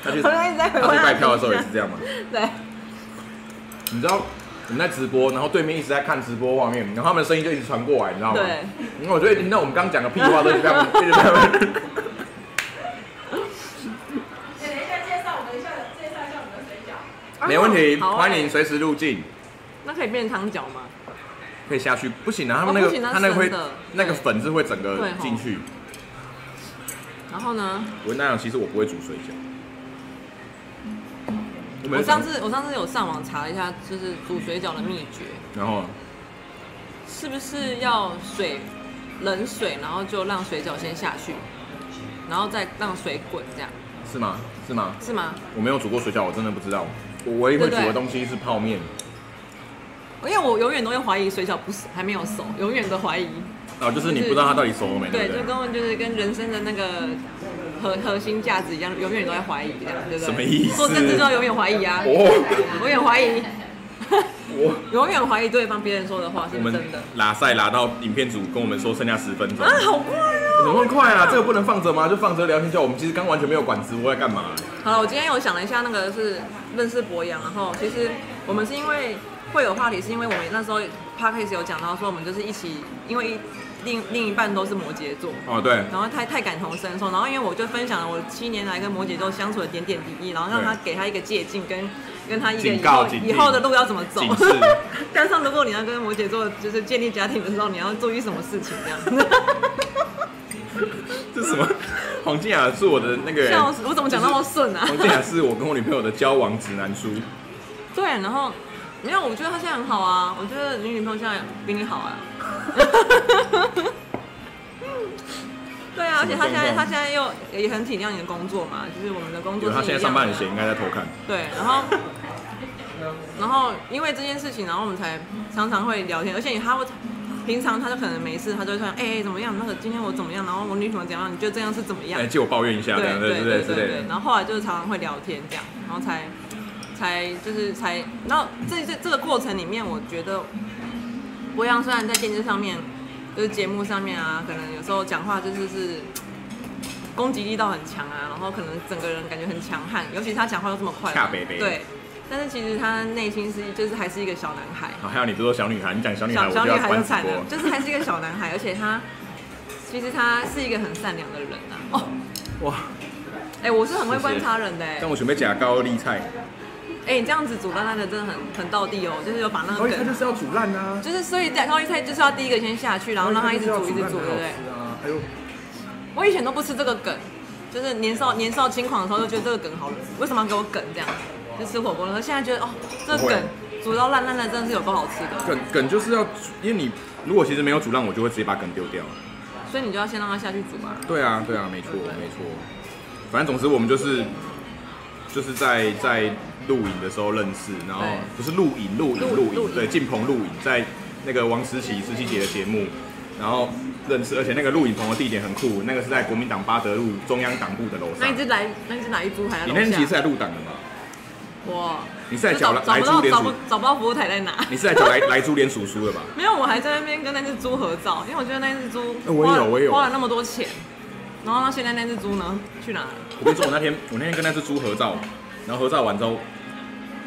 他去
我刚刚一直在
他
回味
去
他
拜票的时候也是这样嘛。
对，
你知道我们在直播，然后对面一直在看直播画面，然后他们的声音就一直传过来，你知道吗？
对。
然后我就会听到我们刚讲的屁话都是这 样，一直在那边
哎等一下介绍我们一下，介绍一下我们的水饺。
没问题，
好
欢迎
欸
随时入境。
那可以变汤饺吗？
可以下去，不行啊，他
哦
们那个、
不行那是
他那个会
生的
那个
对
粉是会整
对
个
哦
进去。
然后呢？
我那样其实我不会煮水饺。我没
我
有
上次我上次有上网查了一下，就是煮水饺的秘诀，
然后
是不是要水冷水，然后就让水饺先下去，然后再让水滚，这样
是吗？是吗？
是吗？
我没有煮过水饺，我真的不知道。我唯一会煮
对
的
对
东西是泡面。
因为我永远都会怀疑水饺不是还没有熟，永远的怀疑。
哦，就是你
就是
不知道它到底熟了没，
对，
不
就
对？
跟我就是跟人生的那个核核心价值一样，永远都在怀疑，这样对不对？
什么意思
做政治就要永远怀疑啊，
哦，
永远怀疑，
我
永远怀疑对方别人说的话是
我
不
们
是真的。
拉赛拉到影片组跟我们说剩下十分钟，
啊，好快哦！
怎么会快啊？这个不能放着吗？就放着聊天就好。我们其实刚完全没有管直播在干嘛。啊
好了，我今天有想了一下，那个是认识博洋，然后其实我们是因为会有话题，是因为我们那时候 p a c k a s e 有讲到说，我们就是一起，因为一另另一半都是摩羯座，
哦，对，
然后太太感同身受，然后因为我就分享了我七年来跟摩羯座相处的点点滴滴，然后让他给他一个借鉴，跟跟他一个
警
以
告
后
警
以后的路要怎么走
警示。
加上如果你要跟摩羯座就是建立家庭的时候，你要注意什么事情这样子。
这是什么？黄静雅是我的那个。
笑死，我怎么讲那么顺啊？
黄静雅是我跟我女朋友的交往指南 书。
对，然后没有，我觉得他现在很好啊，我觉得你女朋友现在比你好啊。 对啊，而且他现在他现在又也很体谅你的工作嘛，就是我们的工作
有，
是
她现在
一样
上班很
的
闲，应该在偷看。
对，然后，然后因为这件事情，然后我们才常常会聊天，而且他会平常他就可能没事，他就会说，哎、怎么样？那个今天我怎么样？然后我女朋友怎么样？你觉得这样是怎么样
哎，？借我抱怨一下，这样对
对
对
对
之类的。
然后后来就是常常会聊天这样，然后才才就是才，然后这这这个过程里面，我觉得博洋虽然在电视上面，就是节目上面啊，可能有时候讲话就是是攻击力道很强啊，然后可能整个人感觉很强悍，尤其他讲话又这么快嘛，
恰北北
对。但是其实他内心是就是还是一个小男孩，
好，还有你不是说小女孩，你讲小女孩，
小
我
小
就
女
要
孩
关
就
直
惨了，
播。
就是还是一个小男孩，而且他其实他是一个很善良的人啊。 哦，
哇，
哎、我是很会
谢谢
观察人的哎、
但我准备假高丽菜，
哎、你这样子煮烂烂的真的很很到地哦，就是有把那个
高丽菜就
梗，
是要煮烂啊。
就是所以高丽菜就是要第一个先下去，然
哦
后让它一直煮一直煮，对不对？
啊，哎呦，
我以前都不吃这个梗，就是年少年少轻狂的
嗯
时候就觉得这个梗好，为什么要给我梗这样？就吃火锅的时候，现在觉得哦，这
不
个
会
梗煮到烂烂的真的是有够好吃的，
梗梗就是要煮，因为你如果其实没有煮烂，我就会直接把梗丢掉。
所以你就要先让它下去煮啊。
对啊，对啊，没错，没错。反正总之我们就是就是在在露营的时候认识，然后
对
不是露营，露营，
露
露
露
营，
营
对，进棚露营，在那个王思琪思琪姐的节目，然后认识，而且那个露营棚的地点很酷，那个是在国民党八德路中央党部的楼
那
上
一。只来，那一只哪一株还在
啊你
楼
那天其实是
下？
在入党的嘛？
哇！
你是在
就
找
找
来来
找不
猪
到
脸
找
叔
不？找不到服务台在哪？
你是在 找来来猪脸叔叔的吧？
没有，我还在那边跟那只猪合照，因为我觉得那只猪
呃我也
花
有
了
我也有
花了那么多钱，然后那现在那只猪呢去哪了？
我跟你说，我那天我那天跟那只猪合照，然后合照完之后，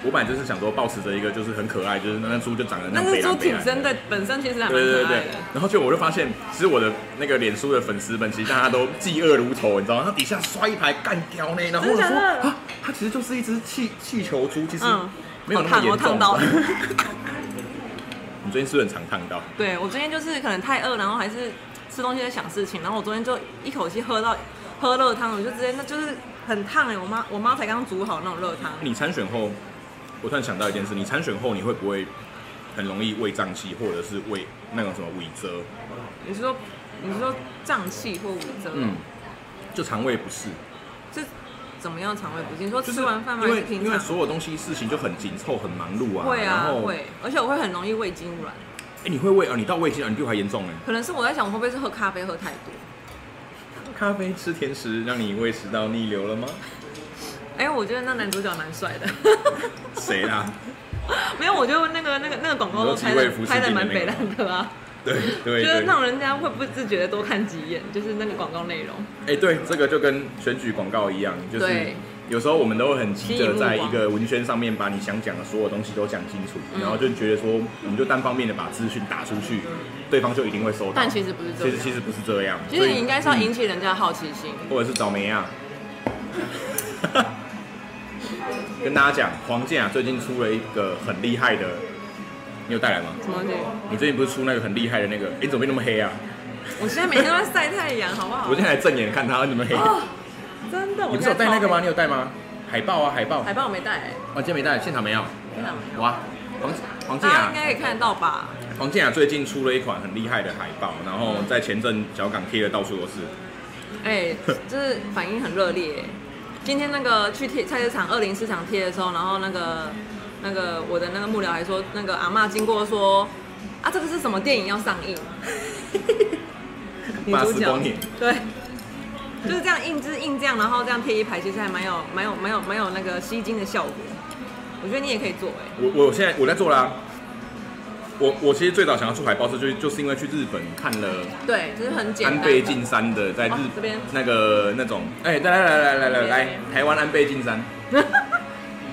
我本来就是想说，保持着一个就是很可爱，就是那只猪就长得那样
那只
北
猪
蓝北
挺
蓝
真的，本身其实还蛮
对对对
可爱
对
的。，
然后就我就发现，其实我的那个脸书的粉丝们，其实大家都嫉恶如仇，你知道吗？他底下刷一排干掉呢，然后我
真的
想
假
说
的
啊，它其实就是一只气气球猪，其实
嗯
没有那
好
么
烫
严重
我烫到。
你最近是不是很常烫到？
对我今天就是可能太饿，然后还是吃东西在想事情。然后我昨天就一口气喝到喝热汤，我就直接那就是很烫哎、我妈我妈才刚煮好那种热汤，
你参选后，我突然想到一件事，你参选后你会不会很容易胃胀气，或者是胃那种什么胃折？
你是说你是说胀气或五折？
嗯，就肠胃不适，
这怎么样肠胃不适？你说
就是
吃完饭吗？
因
还是
为
平
因为
常
所有东西事情就很紧凑，很忙碌啊。
会
然
啊
后
会，而且我会很容易胃痉挛。
哎、你会胃啊？你到胃痉挛，你比我还严重哎、
可能是我在想，我会不会是喝咖啡喝太多？
咖啡吃甜食让你胃食道逆流了吗？
哎、我觉得那男主角蛮帅的。
谁啦？
没有，我觉得那个那个那个广告都拍
你说机
的
位服饰
拍的
品的
蛮
那个
北烂的啊，
对对
就是
对，
让人家会不自觉的多看几眼，就是那个广告内容。
哎、对，这个就跟选举广告一样，就是
对
有时候我们都会很急
吸引
着
目
在
光
一个文宣上面把你想讲的所有东西都讲清楚，
嗯
然后就觉得说我们就单方面的把资讯打出去，对方就一定会收到。
但其实不是这
其
样
实其实不是这样，
其实你应该是要
所以
引起人家的好奇心。
嗯或者是找梅啊。 跟大家讲，黄健啊最近出了一个很厉害的，你有带来吗？
什么东西？
你最近不是出那个很厉害的那个？哎、你怎么变那么黑啊？
我现在每天都在晒太阳，好不好？
我现在还正眼看他，你怎么黑？
哦，真的，
你
我
不
现
是
在
有带那个吗？
超
你有带吗？海报啊，海报。
海报我没带、欸，
哦，今天没带，现场没有。
天哪
哇，黄黄健
大家
雅，
应该可以看得到吧？
黄健雅啊最近出了一款很厉害的海报，然后在前阵小港贴的到处都是。
哎、就是反应很热烈、今天那个去贴菜市场二零市场贴的时候，然后那个那个我的那个幕僚还说，那个阿嬷经过说，啊，这个是什么电影要上 映？女
巴
主
斯
角
光年，
对，就是这样印就是印这样，然后这样贴一排，其实还蛮有蛮有蛮有蛮有那个吸睛的效果。我觉得你也可以做哎、
我我现在我在做啦、我我其实最早想要出海报是就就是因为去日本看了
对，就是很简
安
单。
倍晋三的在日、
哦这边
那个那种，哎、来来来来来来来，台湾安倍晋三，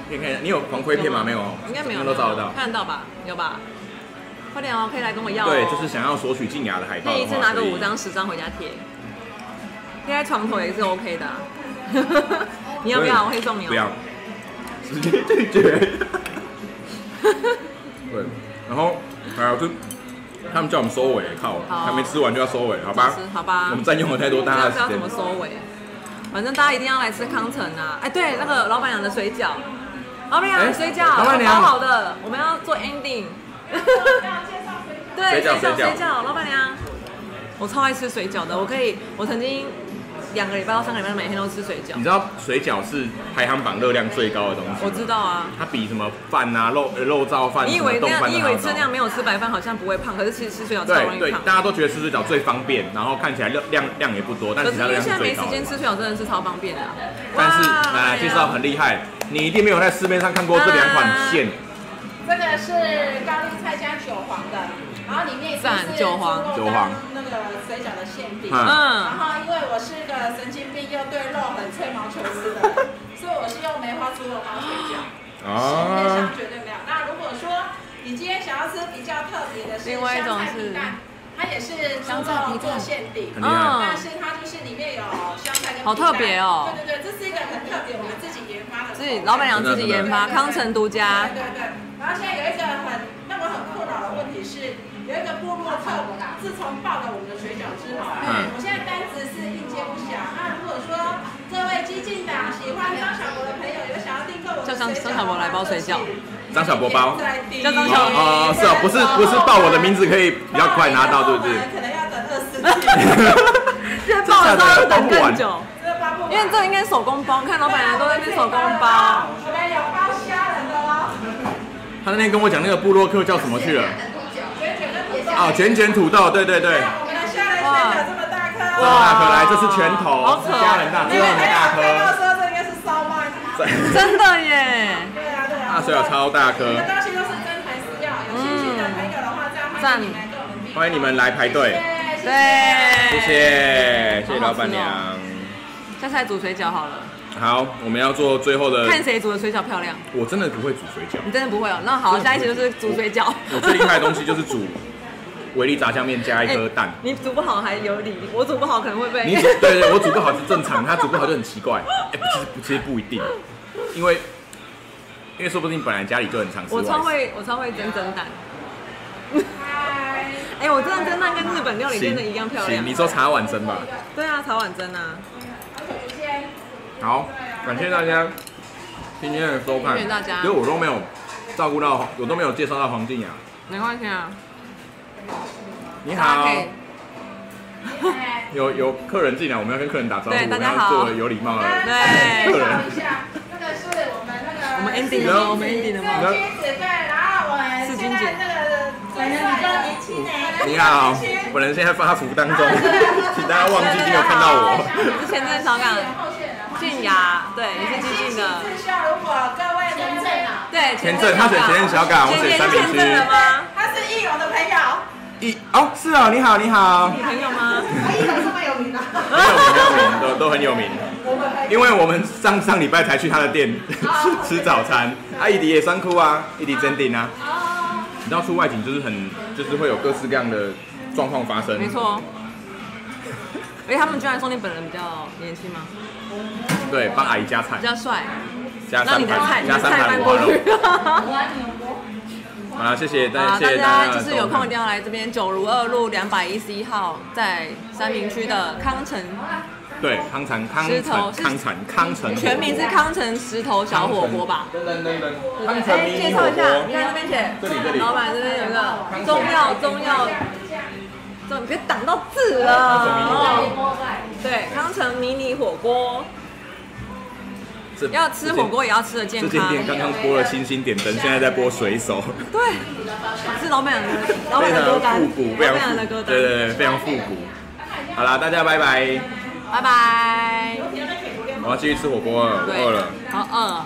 你看一下你有黄盔片吗？没有哦，
应该没有，
都找得到。
看得到吧？有吧？快点哦，可以来跟我要、哦。
对，就是想要索取静雅的海报
那
的
一
话
次拿个
可以
五张十张回家贴，贴在床头也是 OK 的啊、你要不要？我会送你哦。
不要，直接拒 绝。对，然后哎呀，就他们叫我们收尾，靠，
好
还没吃完就要收尾，好吧
就是？好吧
我们占用了太多大家
不
的
知道
时
怎
间
么。收尾，反正大家一定要来吃康城啊！哎，对，那个老板娘的水饺，老板娘的水饺，
哎老板娘
好好的，我们要做 ending。对，
水饺
水
水饺
水饺，老板娘，我超爱吃水饺的，我可以，我曾经两个礼拜到三个礼拜每天都吃水饺
你，知道水饺是排行榜热量最高的东西，
我知道啊。
它比什么饭啊、肉呃肉燥饭、
你以
什么
为那
冻
样，
饭
你
都
以
还
为
要
吃那
高
样。没有吃白饭好像不会胖，可是其实吃水饺超容
对
易
对，
胖。
大家都觉得吃水饺最方便，然后看起来热量量也不多，但
可
其
是
实它
因为
热量是
现在
最
没
高
时
的。
间吃水饺，真的是超方便的啊。
但是
哇哎啊
来介绍很厉害，你一定没有在市面上看过这两款馅，
这个是高丽菜加韭黄的，然后里面
赞
是
韭黄
韭黄
那个水饺的馅饼。
嗯
然
嗯，
后因为我是个神经病又对肉很吹毛求疵的人，所以我是用梅花猪肉包水饺，
啊
市面
啊
上绝对没有。那如果说你今天想要吃比较特别的是
另外一种
香菜
是
皮蛋，它也是猪
香菜皮蛋
肉做馅饼。
很厉害。
嗯
但是它就是里面有香菜跟
好
皮蛋
特别哦
对对对，这是一个很特别，我们自己研发的口味，
自己老板娘自己研发，
真的真的
康城独家
对。对对，然后现在有一个很让我很困扰的问题是，有一个部落客我啦，自从报了我们的水饺之后，啊
嗯
我现在单子是应接不暇。那如果说这位激进党喜欢张小博的朋友有想要订购我的
叫张
水饺的话，
张小博来包水饺
张小博包
叫张小博
哦哦，是哦，不是不是报我的名字可以比较快拿到，对不对？
可能要等二十天，
现在爆的时候要等更久，
这包不完
因为这应该手工包，你看老板啊娘都在那边手工包。
我们有包虾仁的哦，
他那天跟我讲那个布洛克叫什么去了？
卷卷跟土豆。
啊，卷卷土豆，对对对，
我们的虾仁水饺这么大颗
这
哦。
么大颗来，这是拳头
好，
是
可爱
虾仁大，只
因
有
为
很大
还有广告
颗。
说这应该是烧麦。
真的耶，
对啊对 啊。
大水饺超大颗
我们，东西都是真材实料，有兴趣的朋友的话，这样欢迎你们跟我们订购
欢迎你们来排队，
谢谢。
对，
谢谢谢谢老板娘。
下次来煮水饺好了，
好，我们要做最后的，
看谁煮的水饺漂亮。
我真的不会煮水饺，
你真的不会哦，那好，下一期就是煮水饺。
我最厉害的东西就是煮维力炸酱面加一颗蛋。
哎你煮不好还有理，我煮不好可能会被。
你煮对对，我煮不好是正常，他煮不好就很奇怪。哎、不其实不其实不一定，因为因为说不定本来家里就很常吃
我
外
超
食。
会，我超会蒸蒸蛋。
嗨。
哎、哎、我真的蒸蛋跟日本料理
行
真的一样漂亮
行，你。说茶碗蒸吧。
对啊，曹婉珍啊，
好，感谢大家今天的收看，
谢谢大家
因为我都没有照顾到，我都没有介绍到黄静雅。
没关系啊，
你
你
好，
可以
有有客人进来，我们要跟客人打招呼，
对大家
我们要
好
做有礼貌的。
那再介绍一下，那个是我们那个
我们 ending 了吗？我们 ending 了吗？
郑君子对，然后我们现在这个最帅的年轻人，
你好，本人现在发福当 中， 请大家忘记没有看到我。
之前在香港，泫雅，对，你是静静的，
志孝，如果各位签证啊，
对，
前阵他选前任小港我选三明
签
区
证了吗？
他是易勇的朋友，
一哦，是哦，你好，你好，
你朋友吗？
易勇这么有名的，
很有名，很有名，都都很有名。
我们很
因为我们上上礼拜才去他的店 吃吃早餐，
哦
啊，伊迪也酸哭啊，伊迪真顶啊。你知道出外景就是很，就是会有各式各样的状况发生。
没，错。 而且他们居然说你本人比较年轻吗？
对，帮阿姨加菜
比，较帅，
加
让
三
你的菜
盘，
你
加
的
三
菜
盘
搬
五
过
花肉
去。。
好啦，谢谢，大
啊，
谢
大
谢
家
家
就
的
是
收
有空
看
一定要来这边九如二路两百一十一号，在三明区的康城，
对，康城康
石
城
头是
康城康城，
全名是康城石头小火锅吧？
噔噔噔噔，
哎
康城迷
介
你
绍
火
一下，你
锅，
看这边写，
这里这里
老板这边有一个中药中药，中你别挡到字了。哦对，康城迷你火锅，
这
要吃火锅也要吃的健
这间
康。哦
店刚刚播了星星点灯，现在在播水手，
对，是老板的老板
非
的歌
常
单
复古，，非
老
常
板哦
复
的
古，
歌单
对。对对，非常复古。好啦，大家拜拜，
拜拜。
我要继续吃火锅了，我饿了。
好饿。